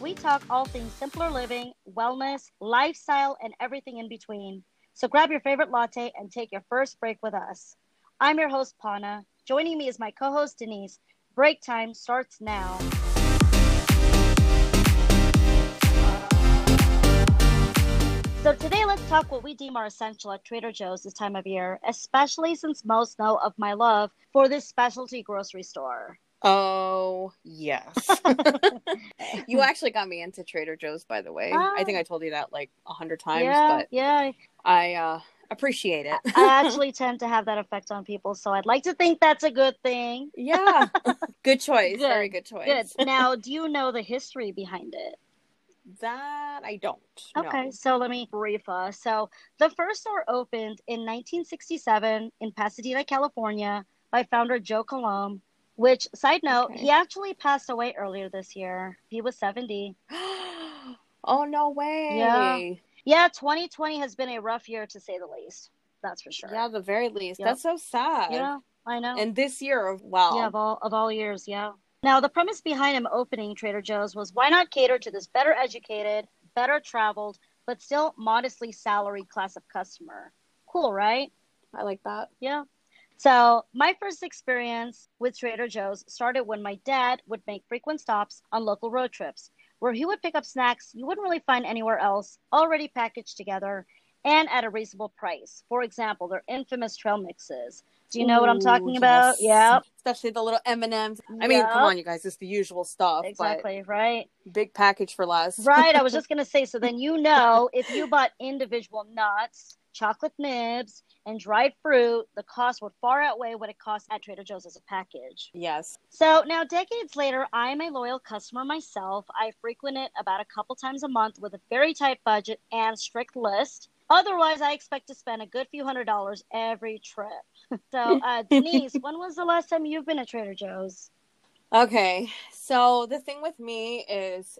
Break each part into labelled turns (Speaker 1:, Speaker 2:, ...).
Speaker 1: we talk all things simpler living, wellness, lifestyle, and everything in between. So grab your favorite latte and take your first break with us. I'm your host, Pana. Joining me is my co host, Denise. Break time starts now. So today, let's talk what we deem are essential at Trader Joe's this time of year, especially since most know of my love for this specialty grocery store.
Speaker 2: Oh, yes. you actually got me into Trader Joe's, by the way.
Speaker 1: Ah.
Speaker 2: I think I told you that like a hundred times,
Speaker 1: yeah,
Speaker 2: but
Speaker 1: yeah.
Speaker 2: I uh, appreciate it.
Speaker 1: I actually tend to have that effect on people, so I'd like to think that's a good thing.
Speaker 2: yeah. Good choice.
Speaker 1: Good,
Speaker 2: Very good choice.
Speaker 1: Good. Now, do you know the history behind it?
Speaker 2: That I don't. know.
Speaker 1: Okay, so let me brief us. So, the first store opened in 1967 in Pasadena, California, by founder Joe Colomb. Which, side note,
Speaker 2: Okay.
Speaker 1: he actually passed away earlier this year. He was 70.
Speaker 2: oh no way.
Speaker 1: Yeah, 2020 has been a rough year to say the least. That's for sure.
Speaker 2: Yeah, the very least.
Speaker 1: Yep.
Speaker 2: That's so sad.
Speaker 1: yeah I know.
Speaker 2: And this year of wow.
Speaker 1: Yeah, of all of all years, yeah. Now the premise behind him opening Trader Joe's was why not cater to this better educated, better traveled, but still modestly salaried class of customer. Cool, right?
Speaker 2: I like that.
Speaker 1: Yeah. So my first experience with Trader Joe's started when my dad would make frequent stops on local road trips, where he would pick up snacks you wouldn't really find anywhere else, already packaged together and at a reasonable price. For example, their infamous trail mixes. Do you know what I'm
Speaker 2: Ooh,
Speaker 1: talking about?
Speaker 2: yes.
Speaker 1: Yeah.
Speaker 2: Especially the little M and M's. I mean, come
Speaker 1: Yep.
Speaker 2: on, you guys. It's the usual stuff.
Speaker 1: Exactly, right?
Speaker 2: But big package for less.
Speaker 1: Right. I was just going to say so then you know if you bought individual nuts, chocolate nibs, and dried fruit, the cost would far outweigh what it costs at Trader Joe's as a package.
Speaker 2: Yes.
Speaker 1: So now, decades later, I'm a loyal customer myself. I frequent it about a couple times a month with a very tight budget and strict list. Otherwise, I expect to spend a good few hundred dollars every trip. So, uh, Denise, when was the last time you've been at Trader Joe's?
Speaker 2: Okay. So the thing with me is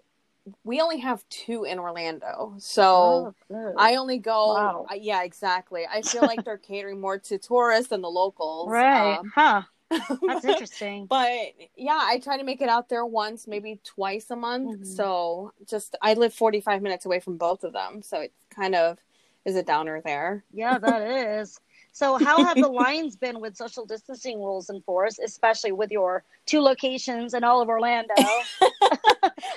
Speaker 2: we only have two in Orlando. So
Speaker 1: good.
Speaker 2: Oh, I only go
Speaker 1: Oh, Wow.
Speaker 2: I- yeah, exactly. I feel like they're catering more to tourists than the locals.
Speaker 1: right,
Speaker 2: Um,
Speaker 1: huh? That's interesting.
Speaker 2: but yeah, I try to make it out there once, maybe twice a month.
Speaker 1: Mhm.
Speaker 2: So just I live 45 minutes away from both of them, so it kind of is a downer there.
Speaker 1: Yeah, that is. So, how have the lines been with social distancing rules enforced, especially with your two locations in all of Orlando?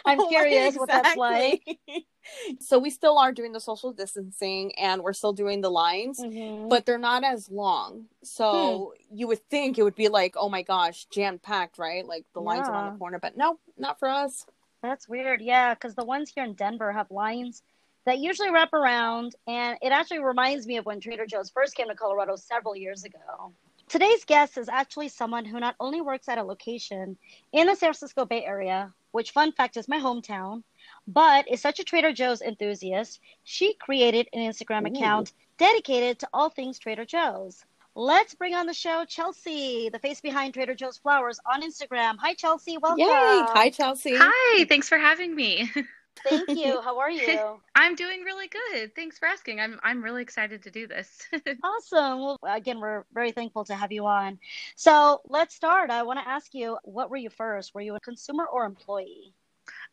Speaker 1: I'm
Speaker 2: Right,
Speaker 1: curious what that's like.
Speaker 2: exactly. so we still are doing the social distancing and we're still doing the lines.
Speaker 1: Mhm.
Speaker 2: but they're not as long. So
Speaker 3: Hmm.
Speaker 2: you would think it would be like, oh my gosh, jam packed, right? Like the lines around
Speaker 1: Yeah.
Speaker 2: the corner, but no, not for us.
Speaker 1: That's weird. Yeah, because the ones here in Denver have lines that usually wrap around, and it actually reminds me of when Trader Joe's first came to Colorado several years ago. Today's guest is actually someone who not only works at a location in the San Francisco Bay Area, which, fun fact, is my hometown, but is such a Trader Joe's enthusiast, she created an Instagram
Speaker 2: Ooh.
Speaker 1: account dedicated to all things Trader Joe's. Let's bring on the show Chelsea, the face behind Trader Joe's Flowers on Instagram. Hi, Chelsea. Welcome.
Speaker 2: Yay! Hi, Chelsea.
Speaker 3: Hi, thanks for having me.
Speaker 1: Thank you. How are you?
Speaker 3: I'm doing really good. Thanks for asking. I'm I'm really excited to do this.
Speaker 1: Awesome. Well, again, we're very thankful to have you on. So let's start. I want to ask you, what were you first? Were you a consumer or employee?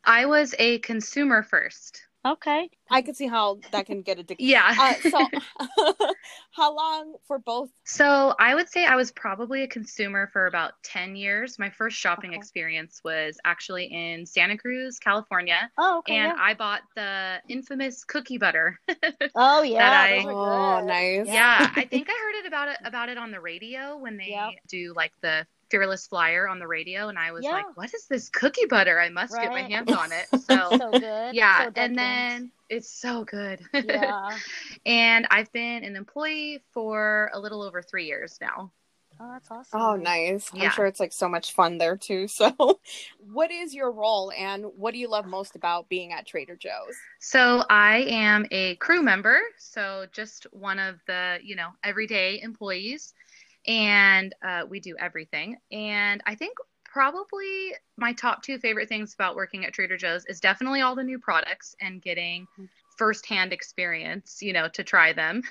Speaker 3: I was a consumer first.
Speaker 1: Okay.
Speaker 2: I can see how that can get addictive.
Speaker 3: Yeah.
Speaker 2: Uh, so, how long for both?
Speaker 3: so I would say I was probably a consumer for about 10 years. My first shopping
Speaker 2: Okay.
Speaker 3: experience was actually in Santa Cruz, California,
Speaker 1: Oh, okay.
Speaker 3: and
Speaker 1: yeah.
Speaker 3: I bought the infamous cookie butter.
Speaker 1: oh, yeah.
Speaker 3: that I-
Speaker 1: those are
Speaker 2: Oh,
Speaker 1: good.
Speaker 2: nice.
Speaker 3: Yeah, I think I heard it about it about it on the radio when they
Speaker 1: Yep.
Speaker 3: do like the fearless flyer on the radio, and I was
Speaker 1: Yeah.
Speaker 3: like, "What is this cookie butter? I must get my
Speaker 1: Right.
Speaker 3: hands on it." So
Speaker 1: So good.
Speaker 3: yeah,
Speaker 1: So
Speaker 3: and
Speaker 1: decadent.
Speaker 3: then it's so good.
Speaker 1: yeah.
Speaker 3: and I've been an employee for a little over three years now.
Speaker 1: Oh, that's awesome.
Speaker 2: Oh, nice.
Speaker 3: Yeah.
Speaker 2: I'm sure it's like so much fun there too. So, what is your role and what do you love most about being at Trader Joe's?
Speaker 3: So I am a crew member, so just one of the you know everyday employees, and uh, we do everything. And I think probably my top two favorite things about working at Trader Joe's is definitely all the new products and getting firsthand experience, you know, to try them.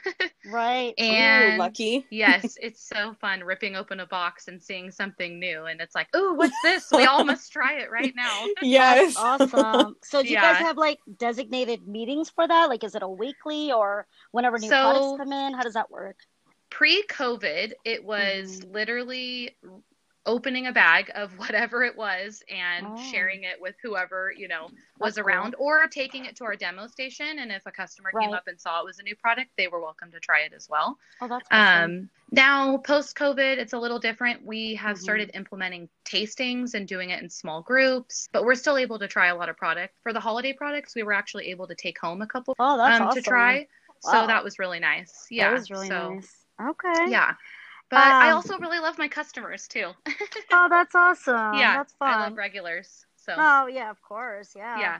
Speaker 1: Right.
Speaker 3: and
Speaker 2: Ooh, lucky.
Speaker 3: yes, it's so fun ripping open a box and seeing something new. And it's like, oh, what's this? We all must try it right now.
Speaker 1: That's
Speaker 2: Yes.
Speaker 1: awesome. So do you guys
Speaker 3: Yeah.
Speaker 1: have like designated meetings for that? Like is it a weekly or whenever new
Speaker 3: So-
Speaker 1: products come in? How does that work?
Speaker 3: Pre COVID, it was
Speaker 1: Mm-hmm.
Speaker 3: literally opening a bag of whatever it was and
Speaker 1: Oh.
Speaker 3: sharing it with whoever, you know, was
Speaker 1: That's cool.
Speaker 3: around or taking it to our demo station. And if a customer came
Speaker 1: Right.
Speaker 3: up and saw it was a new product, they were welcome to try it as well.
Speaker 1: Oh, that's awesome.
Speaker 3: Um, now, post COVID, it's a little different. We have
Speaker 1: Mhm.
Speaker 3: started implementing tastings and doing it in small groups, but we're still able to try a lot of product. For the holiday products, we were actually able to take home a couple
Speaker 1: oh, that's
Speaker 3: um,
Speaker 1: awesome.
Speaker 3: to try.
Speaker 1: Wow.
Speaker 3: So that was really nice. Yeah.
Speaker 1: that was really
Speaker 3: so,
Speaker 1: nice. Okay.
Speaker 3: Yeah. But I
Speaker 1: Um,
Speaker 3: also really love my customers too.
Speaker 1: Oh, that's awesome.
Speaker 3: yeah.
Speaker 1: that's
Speaker 3: I
Speaker 1: fun.
Speaker 3: love regulars. So,
Speaker 1: Oh yeah, of course. Yeah.
Speaker 3: yeah.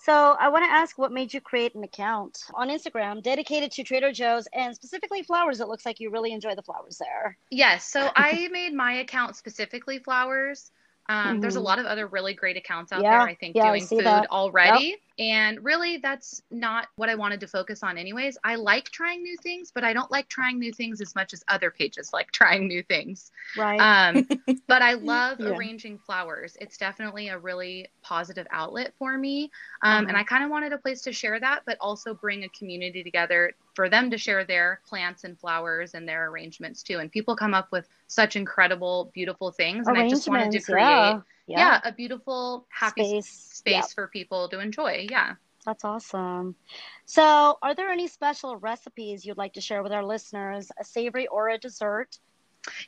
Speaker 1: So I want to ask what made you create an account on Instagram dedicated to Trader Joe's and specifically flowers. It looks like you really enjoy the flowers there.
Speaker 3: Yes. So I made my account specifically flowers. Um, There's a
Speaker 1: Mhm.
Speaker 3: lot of other really great accounts out
Speaker 1: Yeah,
Speaker 3: there, I think,
Speaker 1: yeah, I
Speaker 3: doing
Speaker 1: see
Speaker 3: food
Speaker 1: that.
Speaker 3: already. And really, that's not what I wanted to focus on, anyways. I like trying new things, but I don't like trying new things as much as other pages like trying new things.
Speaker 1: Right.
Speaker 3: Um, but I love
Speaker 2: Yeah.
Speaker 3: arranging flowers. It's definitely a really positive outlet for me. Um, And
Speaker 1: Mhm.
Speaker 3: I kind of wanted a place to share that, but also bring a community together for them to share their plants and flowers and their arrangements too. And people come up with such incredible, beautiful things. And I just wanted to
Speaker 1: Arrangements.
Speaker 3: create,
Speaker 1: yeah.
Speaker 3: yeah, a beautiful, happy s-
Speaker 1: Space.
Speaker 3: space
Speaker 1: Yeah.
Speaker 3: for people to enjoy. Yeah.
Speaker 1: That's awesome. So, are there any special recipes you'd like to share with our listeners, a savory or a dessert?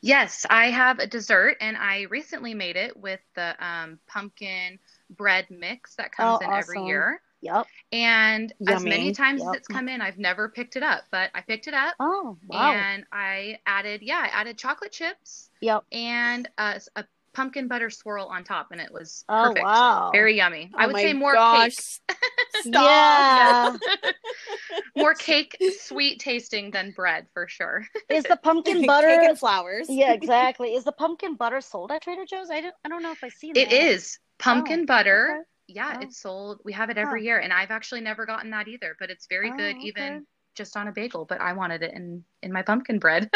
Speaker 3: Yes, I have a dessert, and I recently made it with the um, pumpkin bread mix that comes
Speaker 1: Oh,
Speaker 3: in every
Speaker 1: awesome.
Speaker 3: year.
Speaker 1: Yep.
Speaker 3: And as many
Speaker 2: Yummy.
Speaker 3: times
Speaker 1: Yep.
Speaker 3: as it's come in, I've never picked it up, but I picked it up
Speaker 1: Oh, wow.
Speaker 3: and I added, yeah, I added chocolate chips
Speaker 1: yep.
Speaker 3: and a, a pumpkin butter swirl on top, and it was
Speaker 1: Oh,
Speaker 3: perfect.
Speaker 1: wow.
Speaker 3: Very yummy. I
Speaker 2: Oh
Speaker 3: would
Speaker 2: my
Speaker 3: say more
Speaker 2: gosh.
Speaker 3: cake,
Speaker 1: Yeah.
Speaker 3: more cake sweet tasting than bread for sure.
Speaker 1: Is the pumpkin
Speaker 2: Cake
Speaker 1: butter?
Speaker 2: and flowers.
Speaker 1: yeah, exactly. Is the pumpkin butter sold at Trader Joe's? I don't. I don't know if I've seen
Speaker 3: It
Speaker 1: that.
Speaker 3: is pumpkin
Speaker 1: Oh,
Speaker 3: butter.
Speaker 1: okay.
Speaker 3: Yeah,
Speaker 1: Oh.
Speaker 3: it's sold. We have it every year, and I've actually never gotten that either. But it's very
Speaker 1: Oh,
Speaker 3: good,
Speaker 1: okay.
Speaker 3: even just on a bagel. But I wanted it in in my pumpkin bread.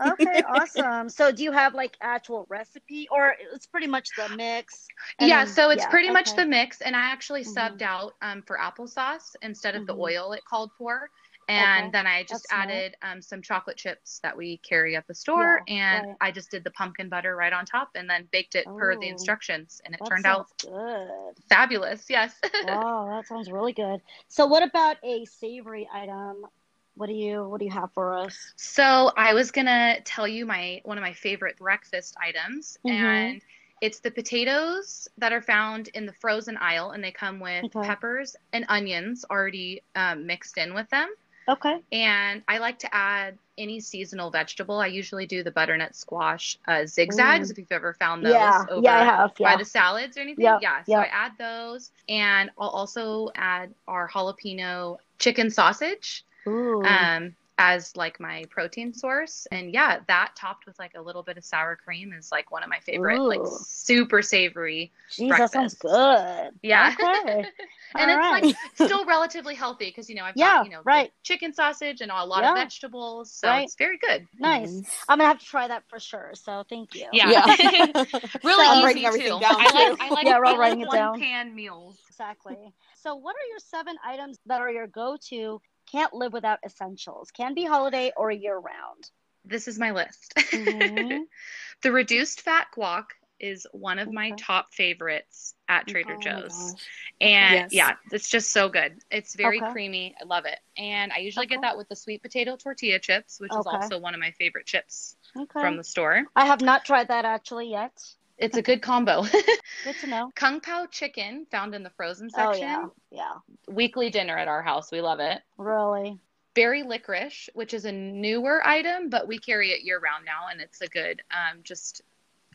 Speaker 1: Okay, awesome. So, do you have like actual recipe, or it's pretty much the mix? and
Speaker 3: yeah,
Speaker 1: then-
Speaker 3: so it's
Speaker 1: yeah,
Speaker 3: pretty much
Speaker 1: okay.
Speaker 3: the mix, and I actually
Speaker 1: Mhm.
Speaker 3: subbed out um, for applesauce instead of the
Speaker 1: Mhm.
Speaker 3: oil it called for, and
Speaker 1: Okay,
Speaker 3: then I just
Speaker 1: that's smart.
Speaker 3: added um, some chocolate chips that we carry at the store, and
Speaker 1: right.
Speaker 3: I just did the pumpkin butter right on top, and then baked it per the
Speaker 1: Ooh,
Speaker 3: instructions, and it
Speaker 1: That
Speaker 3: turned out
Speaker 1: sounds good.
Speaker 3: fabulous. Yes.
Speaker 1: wow, that sounds really good. So, what about a savory item? What do you What do you have for us?
Speaker 3: So I was gonna tell you my one of my favorite breakfast items,
Speaker 1: Mhm.
Speaker 3: and it's the potatoes that are found in the frozen aisle, and they come with
Speaker 1: Okay.
Speaker 3: peppers and onions already um, mixed in with them.
Speaker 1: Okay.
Speaker 3: And I like to add any seasonal vegetable. I usually do the butternut squash uh, zigzags if you've ever found those
Speaker 1: Mm. yeah.
Speaker 3: Um, over
Speaker 1: Yeah, I have.
Speaker 3: by
Speaker 1: Yeah.
Speaker 3: the salads or anything.
Speaker 1: Yep,
Speaker 3: Yeah, so
Speaker 1: yep.
Speaker 3: I add those, and I'll also add our jalapeno chicken sausage
Speaker 1: Ooh.
Speaker 3: um, as like my protein source. And yeah, that topped with like a little bit of sour cream is like one of my favorite, like
Speaker 1: Ooh.
Speaker 3: super savory.
Speaker 1: Jeez, that sounds
Speaker 3: breakfast.
Speaker 1: good.
Speaker 3: Yeah.
Speaker 1: Okay.
Speaker 3: And
Speaker 1: All
Speaker 3: it's
Speaker 1: right.
Speaker 3: like still relatively healthy because you know I've
Speaker 1: Yeah,
Speaker 3: got you know the
Speaker 1: right.
Speaker 3: chicken sausage and a lot of
Speaker 1: Yeah.
Speaker 3: vegetables, so
Speaker 1: Right.
Speaker 3: it's very good.
Speaker 1: nice. I'm gonna have to try that for sure. So, thank you.
Speaker 3: Yeah.
Speaker 2: Yeah.
Speaker 3: Really
Speaker 1: I'm
Speaker 2: writing
Speaker 3: easy
Speaker 2: everything
Speaker 3: too.
Speaker 2: down,
Speaker 3: I like
Speaker 2: too.
Speaker 3: I like,
Speaker 1: Yeah,
Speaker 3: I
Speaker 1: we're all
Speaker 3: like
Speaker 1: writing it
Speaker 3: one
Speaker 1: down.
Speaker 3: pan meals.
Speaker 1: Exactly. So, what are your seven items that are your go to? Can't live without essentials. Can be holiday or year round.
Speaker 3: This is my list.
Speaker 1: Mhm.
Speaker 3: the reduced fat guac is one of my
Speaker 1: Okay.
Speaker 3: top favorites at Trader
Speaker 1: Oh my
Speaker 3: Joe's.
Speaker 1: gosh.
Speaker 3: And
Speaker 2: Yes.
Speaker 3: yeah, it's just so good. It's very
Speaker 1: Okay.
Speaker 3: creamy. I love it. And I usually get
Speaker 1: Okay.
Speaker 3: that with the sweet potato tortilla chips, which is
Speaker 1: Okay.
Speaker 3: also one of my favorite chips
Speaker 1: Okay.
Speaker 3: from the store.
Speaker 1: I have not tried that actually yet.
Speaker 3: It's a good combo.
Speaker 1: Good to know.
Speaker 3: Kung Pao chicken found in the frozen
Speaker 1: Oh
Speaker 3: section.
Speaker 1: yeah, yeah,
Speaker 3: Weekly dinner at our house. We love it.
Speaker 1: really.
Speaker 3: Berry licorice, which is a newer item, but we carry it year round now. And it's a good, um, just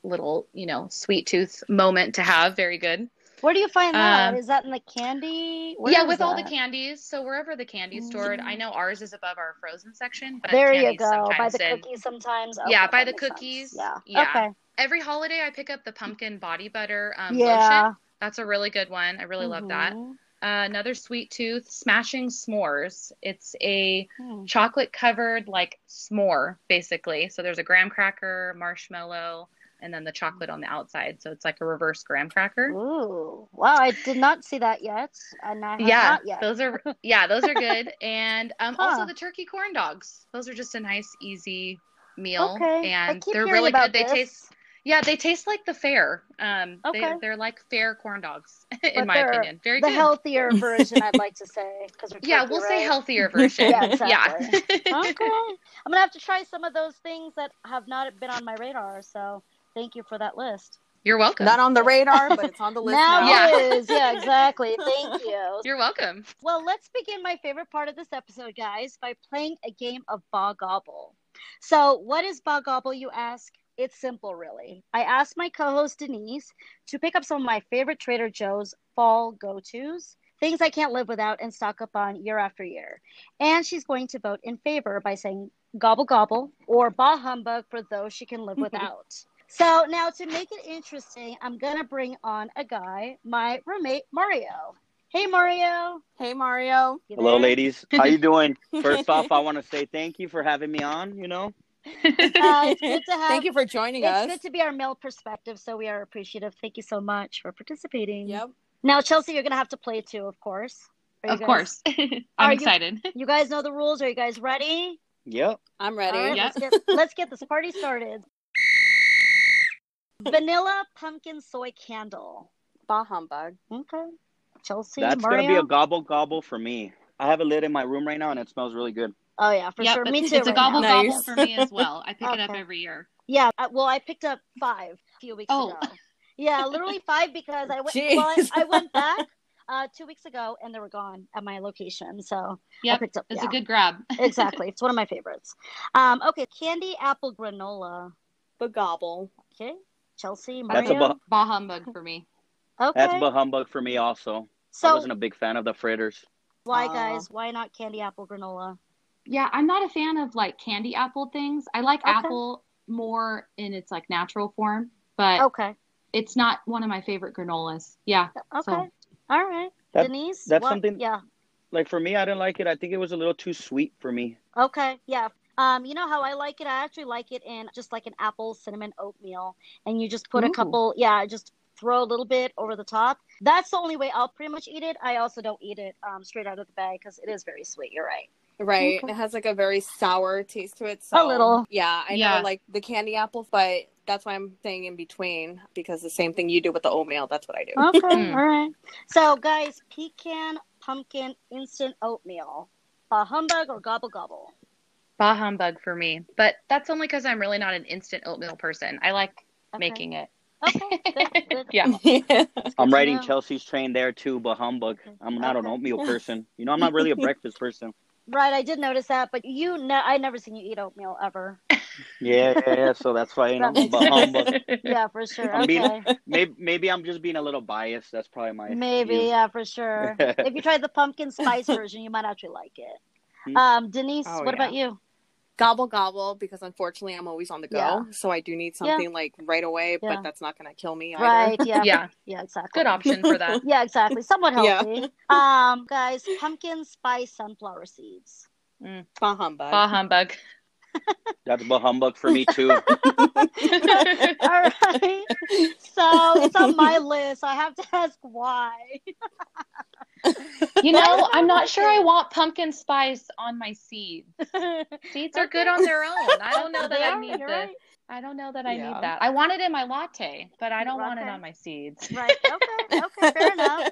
Speaker 3: little, you know, sweet tooth moment to have. Very good.
Speaker 1: Where do you find that?
Speaker 3: Um,
Speaker 1: Is that in the candy? Where
Speaker 3: yeah,
Speaker 1: is
Speaker 3: with all the
Speaker 1: that?
Speaker 3: candies. So wherever the candy's stored, I know ours is above our frozen section, but
Speaker 1: There you
Speaker 3: candies
Speaker 1: go. By
Speaker 3: sometimes
Speaker 1: the
Speaker 3: in-
Speaker 1: cookies sometimes.
Speaker 3: Yeah,
Speaker 1: Okay,
Speaker 3: by
Speaker 1: that
Speaker 3: the
Speaker 1: makes sense.
Speaker 3: cookies.
Speaker 1: Yeah.
Speaker 3: Yeah.
Speaker 1: Okay.
Speaker 3: Every holiday, I pick up the pumpkin body butter um,
Speaker 1: yeah.
Speaker 3: lotion. That's a really good one. I really love that.
Speaker 1: Mhm.
Speaker 3: uh, another sweet tooth smashing s'mores. It's a
Speaker 1: Hmm.
Speaker 3: chocolate covered like s'more basically. So there's a graham cracker, marshmallow, and then the chocolate on the outside. So it's like a reverse graham cracker.
Speaker 1: Ooh, wow! I did not see that yet, and I have
Speaker 3: yeah,
Speaker 1: not yet.
Speaker 3: those are yeah, those are good. and um,
Speaker 1: Huh.
Speaker 3: also the turkey corn dogs. Those are just a nice, easy meal,
Speaker 1: Okay, I
Speaker 3: and
Speaker 1: keep
Speaker 3: they're
Speaker 1: hearing
Speaker 3: really
Speaker 1: about
Speaker 3: good. They
Speaker 1: this.
Speaker 3: taste yeah, they taste like the fair. Um,
Speaker 1: Okay.
Speaker 3: they, they're like fair corn dogs in
Speaker 1: But
Speaker 3: my
Speaker 1: they're
Speaker 3: opinion. Very
Speaker 1: the
Speaker 3: good.
Speaker 1: healthier version, I'd like to say, because
Speaker 3: yeah, we'll say
Speaker 1: healthy.
Speaker 3: healthier version.
Speaker 1: Yeah,
Speaker 3: yeah,
Speaker 1: exactly. okay. I'm gonna have to try some of those things that have not been on my radar. So thank you for that list.
Speaker 3: You're welcome.
Speaker 2: Not on the radar, but it's on the list
Speaker 1: now
Speaker 2: now.
Speaker 3: Yeah.
Speaker 1: it is. Yeah, exactly. Thank you.
Speaker 3: You're welcome.
Speaker 1: Well, let's begin my favorite part of this episode, guys, by playing a game of Bog Gobble. So, what is Bog Gobble, you ask? It's simple, really. I asked my co host Denise to pick up some of my favorite Trader Joe's fall go tos, things I can't live without and stock up on year after year. And she's going to vote in favor by saying Gobble Gobble or Bah Humbug for those she can live without. So now to make it interesting, I'm gonna bring on a guy, my roommate Mario. Hey Mario.
Speaker 2: Hey, Mario.
Speaker 1: You
Speaker 4: Hello,
Speaker 1: there?
Speaker 4: ladies. How you doing? First off, I want to say thank you for having me on. You know,
Speaker 1: Uh, it's good to have.
Speaker 2: Thank you for joining
Speaker 1: It's
Speaker 2: us.
Speaker 1: good to be our male perspective, so we are appreciative. Thank you so much for participating.
Speaker 2: Yep.
Speaker 1: Now, Chelsea, you're gonna have to play too, of course. Are you
Speaker 3: Of
Speaker 1: guys-
Speaker 3: course.
Speaker 1: Are
Speaker 3: I'm
Speaker 1: you-
Speaker 3: excited.
Speaker 1: You guys know the rules. Are you guys ready?
Speaker 4: yep.
Speaker 2: I'm
Speaker 1: All right,
Speaker 2: ready.
Speaker 3: Yep.
Speaker 1: let's, get, let's get this party started. Vanilla pumpkin soy candle.
Speaker 2: Bah humbug.
Speaker 1: Okay. Chelsea,
Speaker 4: That's
Speaker 1: Mario.
Speaker 4: gonna be a gobble gobble for me. I have a lid in my room right now, and it smells really good.
Speaker 1: oh yeah, for
Speaker 3: Yeah,
Speaker 1: sure.
Speaker 3: but
Speaker 1: Me too.
Speaker 3: It's a
Speaker 1: right
Speaker 3: gobble
Speaker 1: now.
Speaker 2: now.
Speaker 3: gobble
Speaker 2: Nice.
Speaker 3: for me as well. I pick it up
Speaker 1: Okay.
Speaker 3: every year.
Speaker 1: Yeah. uh, Well, I picked up five a few weeks
Speaker 3: Oh.
Speaker 1: ago. Yeah, literally five because I went.
Speaker 2: Jeez.
Speaker 1: Well, I, I went back uh, two weeks ago and they were gone at my location. So I
Speaker 3: Yep,
Speaker 1: picked up.
Speaker 3: It's
Speaker 1: yeah,
Speaker 3: a good grab.
Speaker 1: exactly. It's one of my favorites. Um, okay, candy apple granola.
Speaker 2: But gobble.
Speaker 1: Okay, Chelsea, Mario.
Speaker 4: That's a bu-
Speaker 3: Bah humbug for me.
Speaker 1: okay.
Speaker 4: that's a bu- humbug for me also. I
Speaker 1: so
Speaker 4: wasn't a big fan of the fritters.
Speaker 1: why,
Speaker 2: Aw.
Speaker 1: guys? Why not candy apple granola?
Speaker 3: Yeah, I'm not a fan of like candy apple things. I like
Speaker 1: Okay.
Speaker 3: apple more in its like natural form, but
Speaker 1: Okay.
Speaker 3: it's not one of my favorite granolas. Yeah.
Speaker 1: Okay.
Speaker 3: So-
Speaker 1: All right.
Speaker 4: That-
Speaker 1: Denise.
Speaker 4: that's
Speaker 1: what-
Speaker 4: something-
Speaker 1: Yeah.
Speaker 4: Like for me, I didn't like it. I think it was a little too sweet for me.
Speaker 1: Okay, yeah. Um, you know how I like it? I actually like it in just like an apple cinnamon oatmeal, and you just put a
Speaker 3: Ooh.
Speaker 1: couple, yeah, just throw a little bit over the top. That's the only way I'll pretty much eat it. I also don't eat it um, straight out of the bag because it is very sweet. You're right.
Speaker 2: Right.
Speaker 1: Okay.
Speaker 2: It has like a very sour taste to it. So
Speaker 1: little.
Speaker 2: Yeah. I
Speaker 3: Yeah.
Speaker 2: never like the candy apple, but that's why I'm saying in between because the same thing you do with the oatmeal, that's what I do.
Speaker 1: Okay,
Speaker 3: Mm.
Speaker 1: all right. So, guys, pecan pumpkin instant oatmeal, a humbug or gobble gobble.
Speaker 3: Bah humbug for me. But that's only because I'm really not an instant oatmeal person. I like
Speaker 1: Okay.
Speaker 3: making it.
Speaker 1: Okay, good, good.
Speaker 3: Yeah.
Speaker 1: That's good
Speaker 4: I'm
Speaker 1: to
Speaker 4: riding
Speaker 1: know.
Speaker 4: Chelsea's train there too, but humbug. I'm not an
Speaker 1: Okay.
Speaker 4: oatmeal person. You know, I'm not really a breakfast person.
Speaker 1: Right, I did notice that, but you, ne- I never seen you eat oatmeal ever.
Speaker 4: Yeah, yeah, yeah. So that's why you know,
Speaker 1: That makes
Speaker 4: but humbug.
Speaker 1: Yeah, for sure.
Speaker 4: I'm being-
Speaker 1: Okay.
Speaker 4: Maybe, maybe I'm just being a little biased. That's probably my
Speaker 1: Maybe,
Speaker 4: view.
Speaker 1: yeah, for sure. if you try the pumpkin spice version, you might actually like it.
Speaker 4: Hmm.
Speaker 1: Um, Denise,
Speaker 2: Oh,
Speaker 1: what about you?
Speaker 2: gobble gobble because unfortunately I'm always on the go.
Speaker 1: Yeah.
Speaker 2: So I do need
Speaker 1: Yeah.
Speaker 2: something like right away,
Speaker 1: Yeah.
Speaker 2: but that's not gonna kill me either.
Speaker 1: Right? Yeah. yeah.
Speaker 3: Yeah.
Speaker 1: Exactly.
Speaker 3: Good option for that.
Speaker 1: Yeah. Exactly. Somewhat
Speaker 2: Yeah.
Speaker 1: healthy. Um, guys, pumpkin spice sunflower seeds.
Speaker 2: Bah humbug.
Speaker 3: Bah humbug.
Speaker 4: That's but humbug for me too.
Speaker 1: All right. So it's on my list. I have to ask why.
Speaker 3: You
Speaker 1: I
Speaker 3: know,
Speaker 1: don't
Speaker 3: I'm
Speaker 1: like
Speaker 3: not sure I
Speaker 1: it.
Speaker 3: want pumpkin spice on my seeds. Seeds are good on their own. I don't know that I
Speaker 1: Yeah,
Speaker 3: need
Speaker 1: you're
Speaker 3: the
Speaker 1: right.
Speaker 3: I don't know that I
Speaker 2: Yeah.
Speaker 3: need that. I want it in my latte, but I don't want it
Speaker 1: Okay.
Speaker 3: on my seeds.
Speaker 1: Right. Okay. Okay. Fair enough.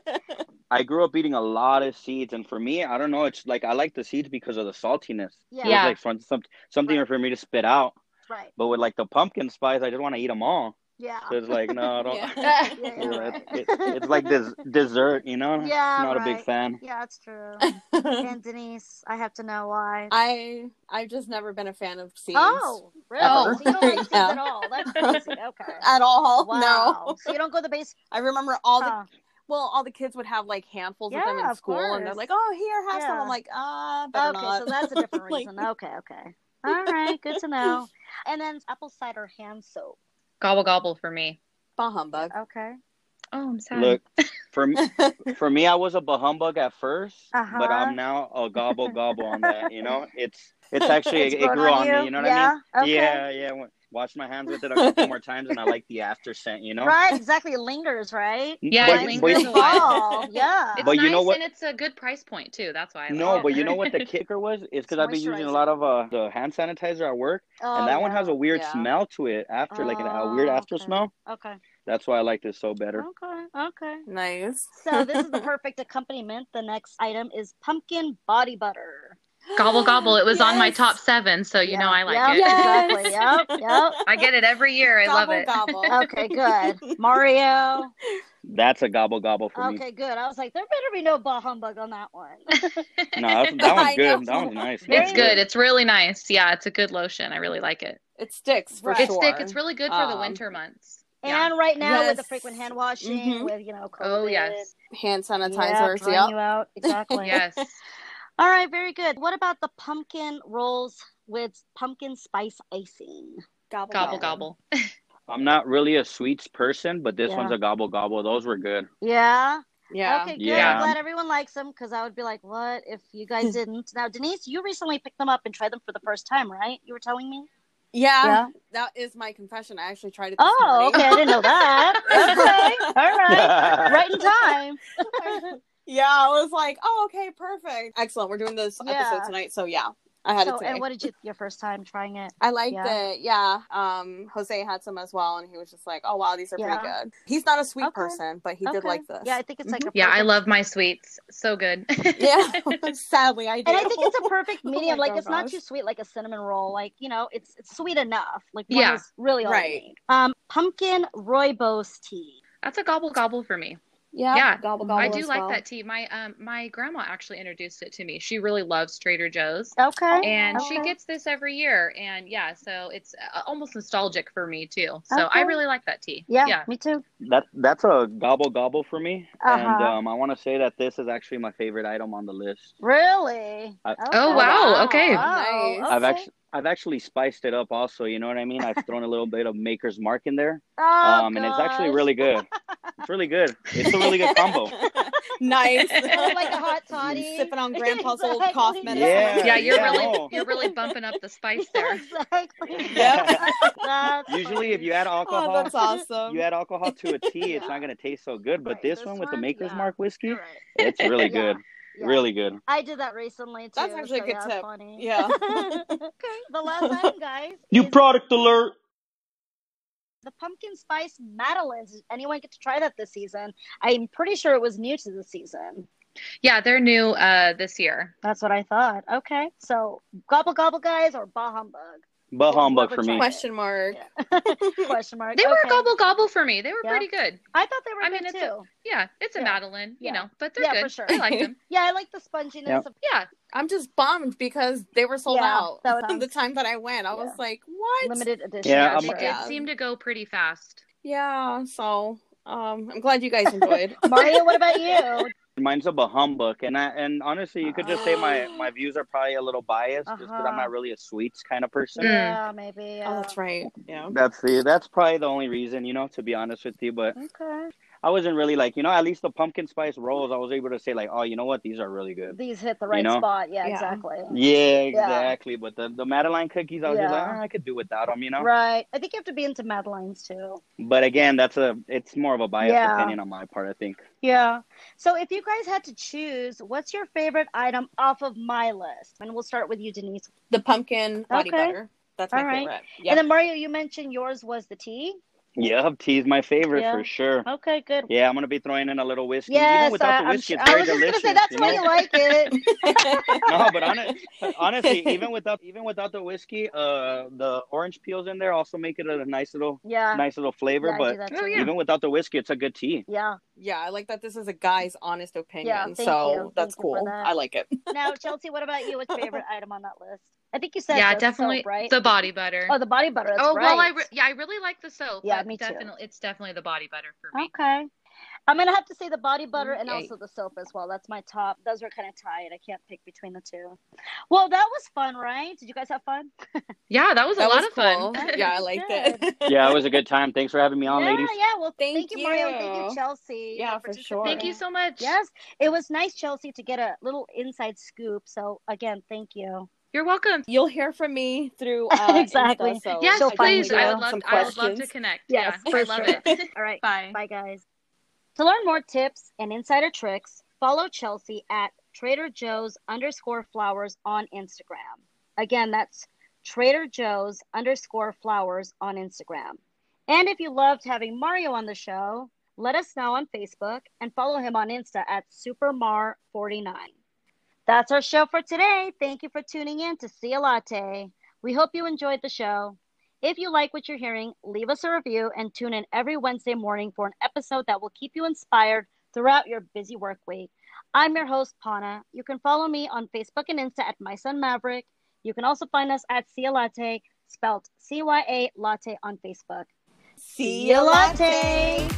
Speaker 4: I grew up eating a lot of seeds, and for me, I don't know. It's like I like the seeds because of the saltiness.
Speaker 1: Yeah.
Speaker 4: It
Speaker 3: Yeah.
Speaker 4: was like fun, some, something for me to spit out.
Speaker 1: Right.
Speaker 4: But with like the pumpkin spice, I just want to eat them all.
Speaker 1: Yeah.
Speaker 4: So it's like no, I don't.
Speaker 2: Yeah.
Speaker 1: Yeah.
Speaker 4: You know,
Speaker 1: yeah, right.
Speaker 4: it- it- it's like this dessert, you know.
Speaker 1: Yeah,
Speaker 4: Not a
Speaker 1: right.
Speaker 4: big fan.
Speaker 1: Yeah, it's true. And Denise, I have to know why.
Speaker 2: I I've just never been a fan of seeds
Speaker 1: Oh, really?
Speaker 4: Ever.
Speaker 1: So you don't like seeds
Speaker 2: Yeah.
Speaker 1: at all? That's crazy. Okay.
Speaker 2: at all.
Speaker 1: Wow.
Speaker 2: Oh, No.
Speaker 1: So you don't go to the base.
Speaker 2: I remember all the
Speaker 1: huh.
Speaker 2: well, all the kids would have like handfuls of them
Speaker 1: Yeah,
Speaker 2: in
Speaker 1: of
Speaker 2: school and they're
Speaker 1: course.
Speaker 2: like, Oh here, have some
Speaker 1: Yeah.
Speaker 2: I'm like, ah, better
Speaker 1: Okay,
Speaker 2: not.
Speaker 1: so that's a different
Speaker 2: Like-
Speaker 1: reason. okay, okay. All right, good to know. And then apple cider hand soap.
Speaker 3: Gobble gobble for me.
Speaker 2: bah humbug.
Speaker 1: Okay.
Speaker 3: Oh, I'm sad.
Speaker 4: Look, for me, for me, I was a bahumbug at 1st
Speaker 1: Uh-huh.
Speaker 4: but I'm now a gobble gobble on that. You know, it's it's actually
Speaker 1: It's
Speaker 4: it, it
Speaker 1: grown
Speaker 4: grew on,
Speaker 1: you?
Speaker 4: me. You know what
Speaker 1: yeah?
Speaker 4: I mean?
Speaker 1: Okay.
Speaker 4: Yeah, yeah. wa- Washed my hands with it a couple more times, and I like the after scent. You know,
Speaker 1: Right, exactly. It lingers, right?
Speaker 3: Yeah,
Speaker 4: But-
Speaker 3: it
Speaker 1: Mine's
Speaker 4: but-
Speaker 3: lingers
Speaker 1: been
Speaker 3: a lot.
Speaker 1: fall, yeah.
Speaker 3: It's
Speaker 4: But
Speaker 3: nice
Speaker 4: you know what-
Speaker 3: and it's a good price point too. That's why. I
Speaker 4: No,
Speaker 3: like
Speaker 4: but
Speaker 3: it.
Speaker 4: you know what the kicker was? Is because I've been using a
Speaker 1: Moisturizer.
Speaker 4: lot of uh, the hand sanitizer at work,
Speaker 1: Oh,
Speaker 4: and that one
Speaker 1: yeah.
Speaker 4: has a weird
Speaker 2: Yeah.
Speaker 4: smell to it after, like an, a
Speaker 1: Oh,
Speaker 4: weird after
Speaker 1: okay. Oh.
Speaker 4: smell.
Speaker 1: Okay.
Speaker 4: That's why I like this so better.
Speaker 1: Okay. Okay.
Speaker 2: nice.
Speaker 1: So this is the perfect accompaniment. The next item is pumpkin body butter.
Speaker 3: gobble gobble. It was on my
Speaker 2: Yes.
Speaker 3: top seven, so you know I like it.
Speaker 2: Yeah.
Speaker 1: Exactly.
Speaker 2: Yes.
Speaker 1: Yep. Yep.
Speaker 3: I get it every year. I love
Speaker 2: Gobble,
Speaker 3: it.
Speaker 2: gobble.
Speaker 1: Okay, good. Mario.
Speaker 4: That's a gobble gobble for me.
Speaker 1: Okay, good. I was like, there better be no bah humbug on that one.
Speaker 4: No, that's, that
Speaker 2: I
Speaker 4: one's good.
Speaker 2: know.
Speaker 4: That one's nice. That
Speaker 3: It's
Speaker 4: one's
Speaker 3: good. It's really nice. Yeah, it's a good lotion. I really like it.
Speaker 2: It sticks for
Speaker 1: Right.
Speaker 3: It's
Speaker 2: sure.
Speaker 3: thick. It's really good for the
Speaker 2: Um,
Speaker 3: winter months. Yeah.
Speaker 1: And right now with the
Speaker 2: Yes.
Speaker 1: frequent hand washing,
Speaker 2: Mhm.
Speaker 1: with you know, COVID,
Speaker 3: Oh, yes.
Speaker 2: hand
Speaker 1: yeah,
Speaker 2: sanitizers.
Speaker 1: drying you out exactly.
Speaker 3: yes.
Speaker 1: All right, very good. What about the pumpkin rolls with pumpkin spice icing?
Speaker 2: Gobble
Speaker 3: Gobble gobble.
Speaker 4: I'm not really a sweets person, but this
Speaker 1: Yeah.
Speaker 4: one's a gobble gobble. Those were good.
Speaker 1: Yeah.
Speaker 2: Yeah.
Speaker 1: Okay, good.
Speaker 4: Yeah.
Speaker 1: I'm glad everyone likes them because I would be like, what if you guys didn't? Now, Denise, you recently picked them up and tried them for the first time, right? You were telling me?
Speaker 2: Yeah, That is my confession. I actually tried it. This
Speaker 1: Oh,
Speaker 2: morning.
Speaker 1: okay. I didn't know that. Okay. All right. Right in time.
Speaker 2: Yeah, I was like, oh, okay, perfect, excellent. We're doing this
Speaker 1: Yeah.
Speaker 2: episode tonight, so yeah, I had
Speaker 1: so,
Speaker 2: it today.
Speaker 1: and what did you, your first time trying it?
Speaker 2: I liked
Speaker 1: Yeah.
Speaker 2: it. Yeah. Um, Jose had some as well, and he was just like, oh wow, these are pretty
Speaker 1: Yeah.
Speaker 2: good. He's not a sweet
Speaker 1: Okay.
Speaker 2: person, but he did
Speaker 1: Okay.
Speaker 2: like this.
Speaker 1: Yeah, I think it's like a
Speaker 3: Mm-hmm. Yeah, I
Speaker 1: perfect-
Speaker 3: love my sweets. So good.
Speaker 2: yeah. Sadly, I do.
Speaker 1: And I think it's a perfect
Speaker 2: Oh
Speaker 1: medium.
Speaker 2: my
Speaker 1: like it's not
Speaker 2: gosh.
Speaker 1: too sweet, like a cinnamon roll. Like you know, it's it's sweet enough. Like one
Speaker 3: Yeah.
Speaker 1: is really all you
Speaker 2: Right.
Speaker 1: need. Um, pumpkin rooibos tea.
Speaker 3: That's a gobble gobble for me.
Speaker 2: yeah,
Speaker 3: yeah,
Speaker 2: Gobble gobble.
Speaker 3: I do
Speaker 2: as
Speaker 3: like
Speaker 2: well.
Speaker 3: that tea. My um my grandma actually introduced it to me. She really loves Trader Joe's.
Speaker 1: Okay.
Speaker 3: And she
Speaker 1: Oh, Okay.
Speaker 3: gets this every year, and yeah, so it's uh, almost nostalgic for me too. So
Speaker 1: Okay.
Speaker 3: I really like that tea.
Speaker 1: yeah,
Speaker 3: yeah,
Speaker 1: me too.
Speaker 4: That that's a gobble gobble for me. And
Speaker 1: Uh-huh.
Speaker 4: um, I want to say that this is actually my favorite item on the list.
Speaker 1: Really?
Speaker 4: I-
Speaker 3: Oh, wow, okay.
Speaker 1: Wow,
Speaker 2: Nice.
Speaker 4: I've
Speaker 1: okay.
Speaker 4: actually I've actually spiced it up also. You know what I mean? I've thrown a little bit of Maker's Mark in there,
Speaker 1: Oh,
Speaker 4: um, and it's actually
Speaker 1: gosh.
Speaker 4: really good. It's really good. It's a really good combo.
Speaker 2: nice.
Speaker 1: Oh, like a hot toddy.
Speaker 2: Sipping on Grandpa's old
Speaker 1: Exactly.
Speaker 2: cough medicine.
Speaker 4: Yeah,
Speaker 3: yeah. You're
Speaker 4: yeah,
Speaker 3: really
Speaker 1: Oh.
Speaker 4: no.
Speaker 3: you're really bumping up the spice
Speaker 1: Yeah,
Speaker 3: there.
Speaker 1: exactly.
Speaker 2: Yep.
Speaker 1: That's
Speaker 4: Usually, if
Speaker 1: funny.
Speaker 4: you add
Speaker 2: Oh,
Speaker 4: alcohol,
Speaker 2: that's awesome.
Speaker 4: you add alcohol to a tea, it's
Speaker 1: Yeah.
Speaker 4: not gonna taste so good. But
Speaker 1: Right,
Speaker 4: this,
Speaker 1: this
Speaker 4: one with the
Speaker 1: one,
Speaker 4: Maker's
Speaker 1: yeah.
Speaker 4: Mark whiskey,
Speaker 1: You're right.
Speaker 4: it's really
Speaker 1: Yeah,
Speaker 4: good.
Speaker 1: yeah.
Speaker 4: Really good.
Speaker 1: I did that recently too.
Speaker 2: That's actually a
Speaker 1: so
Speaker 2: good
Speaker 1: yeah,
Speaker 2: tip.
Speaker 1: uh, Funny.
Speaker 2: Yeah.
Speaker 1: okay. The last item, guys. is
Speaker 4: product alert.
Speaker 1: the pumpkin spice madeleines. Did anyone get to try that this season? I'm pretty sure it was new to the season.
Speaker 3: Yeah, they're new uh this year.
Speaker 1: That's what I thought. Okay, so gobble gobble, guys, or bah humbug?
Speaker 4: Bah
Speaker 1: Yeah,
Speaker 4: humbug
Speaker 1: whoever
Speaker 4: for me.
Speaker 1: tried
Speaker 2: Question mark.
Speaker 1: Question mark.
Speaker 3: They were
Speaker 1: Okay.
Speaker 3: a gobble gobble for me. They were
Speaker 1: Yeah.
Speaker 3: pretty good.
Speaker 1: I thought they were
Speaker 3: I
Speaker 1: good
Speaker 3: mean, it's a-
Speaker 1: too.
Speaker 3: Yeah, it's a
Speaker 1: Yeah.
Speaker 3: Madeline, you
Speaker 1: Yeah.
Speaker 3: know, but they're
Speaker 1: Yeah,
Speaker 3: good.
Speaker 1: for sure.
Speaker 3: I like them.
Speaker 1: Yeah, I like the sponginess
Speaker 4: Yep.
Speaker 1: of.
Speaker 3: Yeah,
Speaker 2: I'm just bummed because they were sold
Speaker 1: Yeah,
Speaker 2: out.
Speaker 1: that was-
Speaker 2: the time that I went, I was
Speaker 1: Yeah.
Speaker 2: like, what?
Speaker 1: Limited edition.
Speaker 4: Yeah,
Speaker 3: yeah,
Speaker 4: I'm-
Speaker 3: they did
Speaker 2: Yeah.
Speaker 3: seem to go pretty fast.
Speaker 2: Yeah. So, um, I'm glad you guys enjoyed.
Speaker 1: Mario, what about you?
Speaker 4: Mine's a bah humbug, and I and honestly, you could just say my my views are probably a little biased, just because I'm
Speaker 1: Uh-huh.
Speaker 4: not really a sweets kind of person.
Speaker 3: Mm.
Speaker 1: yeah, maybe.
Speaker 2: Oh,
Speaker 1: uh,
Speaker 2: that's right. Yeah.
Speaker 4: That's the that's probably the only reason, you know, to be honest with you. But
Speaker 1: Okay.
Speaker 4: I wasn't really like, you know, at least the pumpkin spice rolls, I was able to say like, oh, you know what, these are really good.
Speaker 1: These hit the right
Speaker 4: know?
Speaker 1: spot. Yeah,
Speaker 2: Yeah.
Speaker 1: exactly.
Speaker 4: Yeah, exactly. But the the Madeline cookies, I was just like,
Speaker 1: Yeah.
Speaker 4: ah, I could do without them, you know.
Speaker 1: Right. I think you have to be into Madeline's too.
Speaker 4: But again, that's a it's more of a biased
Speaker 1: Yeah.
Speaker 4: opinion on my part, I think.
Speaker 1: Yeah. So if you guys had to choose, what's your favorite item off of my list? And we'll start with you, Denise.
Speaker 2: The pumpkin body
Speaker 1: Okay.
Speaker 2: butter. That's my
Speaker 1: All right.
Speaker 2: favorite.
Speaker 1: And
Speaker 2: Yeah.
Speaker 1: then Mario, you mentioned yours was the tea.
Speaker 4: Yeah, tea's my favorite
Speaker 1: Yeah.
Speaker 4: for sure.
Speaker 1: Okay, good.
Speaker 4: Yeah, I'm gonna be throwing in a little whiskey.
Speaker 1: Yes,
Speaker 4: Even without the
Speaker 1: I, am
Speaker 4: whiskey,
Speaker 1: sure.
Speaker 4: it's
Speaker 1: I
Speaker 4: very
Speaker 1: was just
Speaker 4: delicious.
Speaker 1: gonna say that's
Speaker 4: you
Speaker 1: why you
Speaker 4: know?
Speaker 1: like it.
Speaker 4: no, but honest, honestly, even without even without the whiskey, uh, the orange peels in there also make it a nice little
Speaker 1: Yeah.
Speaker 4: nice little flavor.
Speaker 1: yeah, I do
Speaker 4: but
Speaker 1: that
Speaker 3: Oh,
Speaker 1: too.
Speaker 3: yeah.
Speaker 4: even without the whiskey, it's a good tea.
Speaker 1: Yeah.
Speaker 2: yeah, I like that this is a guy's honest opinion.
Speaker 1: thank
Speaker 2: so
Speaker 1: you. Thank
Speaker 2: that's
Speaker 1: you for
Speaker 2: cool.
Speaker 1: that.
Speaker 2: I like it.
Speaker 1: Now, Chelsea, what about you? What's your favorite item on that list? I think you said
Speaker 3: yeah,
Speaker 1: the
Speaker 3: definitely
Speaker 1: soap, right?
Speaker 3: the body butter.
Speaker 1: oh, the body butter. That's
Speaker 3: oh well, I
Speaker 1: right.
Speaker 3: re- yeah, I really like the soap.
Speaker 1: Yeah,
Speaker 3: but
Speaker 1: me too. Oh.
Speaker 3: definitely, it's definitely the body butter for me.
Speaker 1: Okay. I'm gonna have to say the body butter and
Speaker 2: Yikes.
Speaker 1: also the soap as well. That's my top. Those are kind of tied. I can't pick between the two. Well, that was fun, right? Did you guys have fun?
Speaker 3: Yeah, that was a
Speaker 2: That
Speaker 3: lot
Speaker 2: was
Speaker 3: of fun.
Speaker 2: cool. Yeah, I liked it.
Speaker 4: Yeah, it was a good time. Thanks for having me on,
Speaker 1: yeah,
Speaker 4: ladies.
Speaker 1: yeah. Well, thank,
Speaker 2: Thank
Speaker 1: you, Mario. and Thank you,
Speaker 2: you.
Speaker 1: Chelsea.
Speaker 2: Yeah, for sure.
Speaker 3: Thank you so much.
Speaker 1: Yes, it was nice, Chelsea, to get a little inside scoop. So again, thank you.
Speaker 3: You're welcome.
Speaker 2: You'll hear from me through uh,
Speaker 1: Exactly.
Speaker 2: Insta, so
Speaker 3: Yes,
Speaker 1: she'll
Speaker 2: can
Speaker 1: find
Speaker 3: please.
Speaker 1: you.
Speaker 2: leave
Speaker 3: I would love
Speaker 2: some
Speaker 3: I would love to
Speaker 2: questions.
Speaker 3: connect.
Speaker 1: Yes,
Speaker 3: yeah,
Speaker 1: for
Speaker 3: I love
Speaker 1: sure.
Speaker 3: it.
Speaker 1: All right.
Speaker 3: Bye.
Speaker 1: Bye, guys. To learn more tips and insider tricks, follow Chelsea at Trader Joe's underscore flowers on Instagram. Again, that's Trader Joe's underscore flowers on Instagram. And if you loved having Mario on the show, let us know on Facebook and follow him on Insta at SuperMar49. That's our show for today. Thank you for tuning in to See a Latte. We hope you enjoyed the show. If you like what you're hearing, leave us a review and tune in every Wednesday morning for an episode that will keep you inspired throughout your busy work week. I'm your host, Pana. You can follow me on Facebook and Insta at My Son Maverick. You can also find us at Cia Latte, E, spelled C Y A Latte on Facebook.
Speaker 2: See you later.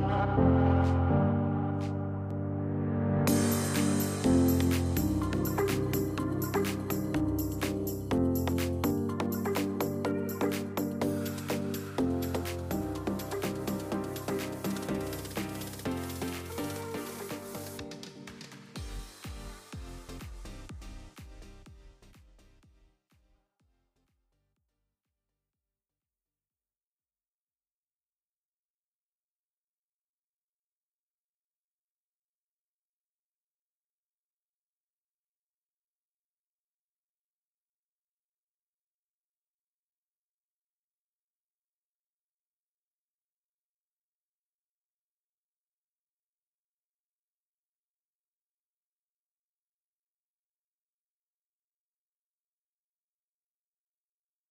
Speaker 5: Thank you.